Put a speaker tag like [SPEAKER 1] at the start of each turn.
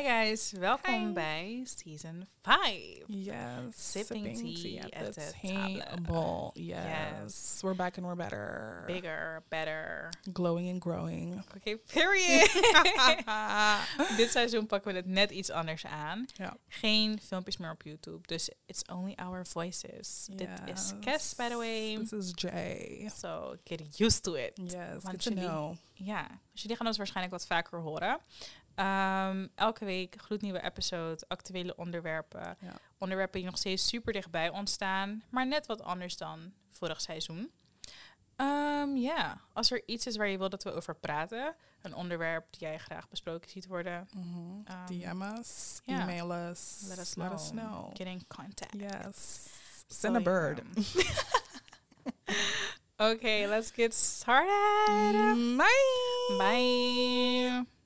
[SPEAKER 1] guys, welkom
[SPEAKER 2] Hi.
[SPEAKER 1] bij season 5.
[SPEAKER 2] Yes.
[SPEAKER 1] Sipping tea at the
[SPEAKER 2] table. Yes.
[SPEAKER 1] Yes.
[SPEAKER 2] We're back and we're better.
[SPEAKER 1] Bigger, better.
[SPEAKER 2] Glowing and growing.
[SPEAKER 1] Oké, period. Dit seizoen pakken we het net iets anders aan.
[SPEAKER 2] Ja.
[SPEAKER 1] Geen filmpjes meer op YouTube, dus it's only our voices. Dit is
[SPEAKER 2] Yes.
[SPEAKER 1] Kes, by the way.
[SPEAKER 2] This is Jay.
[SPEAKER 1] So get used to it.
[SPEAKER 2] Yes.
[SPEAKER 1] Want
[SPEAKER 2] Good to
[SPEAKER 1] jullie-
[SPEAKER 2] know.
[SPEAKER 1] Ja, dus jullie gaan ons waarschijnlijk wat vaker horen. Ehm, elke week gloednieuwe episode, actuele onderwerpen.
[SPEAKER 2] Ja.
[SPEAKER 1] Onderwerpen die nog steeds super dichtbij ontstaan, maar net wat anders dan vorig seizoen. Ehm, ja, als er iets is waar je wil dat we over praten, een onderwerp die jij graag besproken ziet worden,
[SPEAKER 2] Mhm.
[SPEAKER 1] ehm,
[SPEAKER 2] DM us.
[SPEAKER 1] ja.
[SPEAKER 2] Email us.
[SPEAKER 1] let us know.
[SPEAKER 2] Let us know.
[SPEAKER 1] Get in contact. Oh,
[SPEAKER 2] Yes.
[SPEAKER 1] So,
[SPEAKER 2] Send a bird.
[SPEAKER 1] ja.
[SPEAKER 2] Mm.
[SPEAKER 1] Oké, let's get started.
[SPEAKER 2] Bye.
[SPEAKER 1] Bye.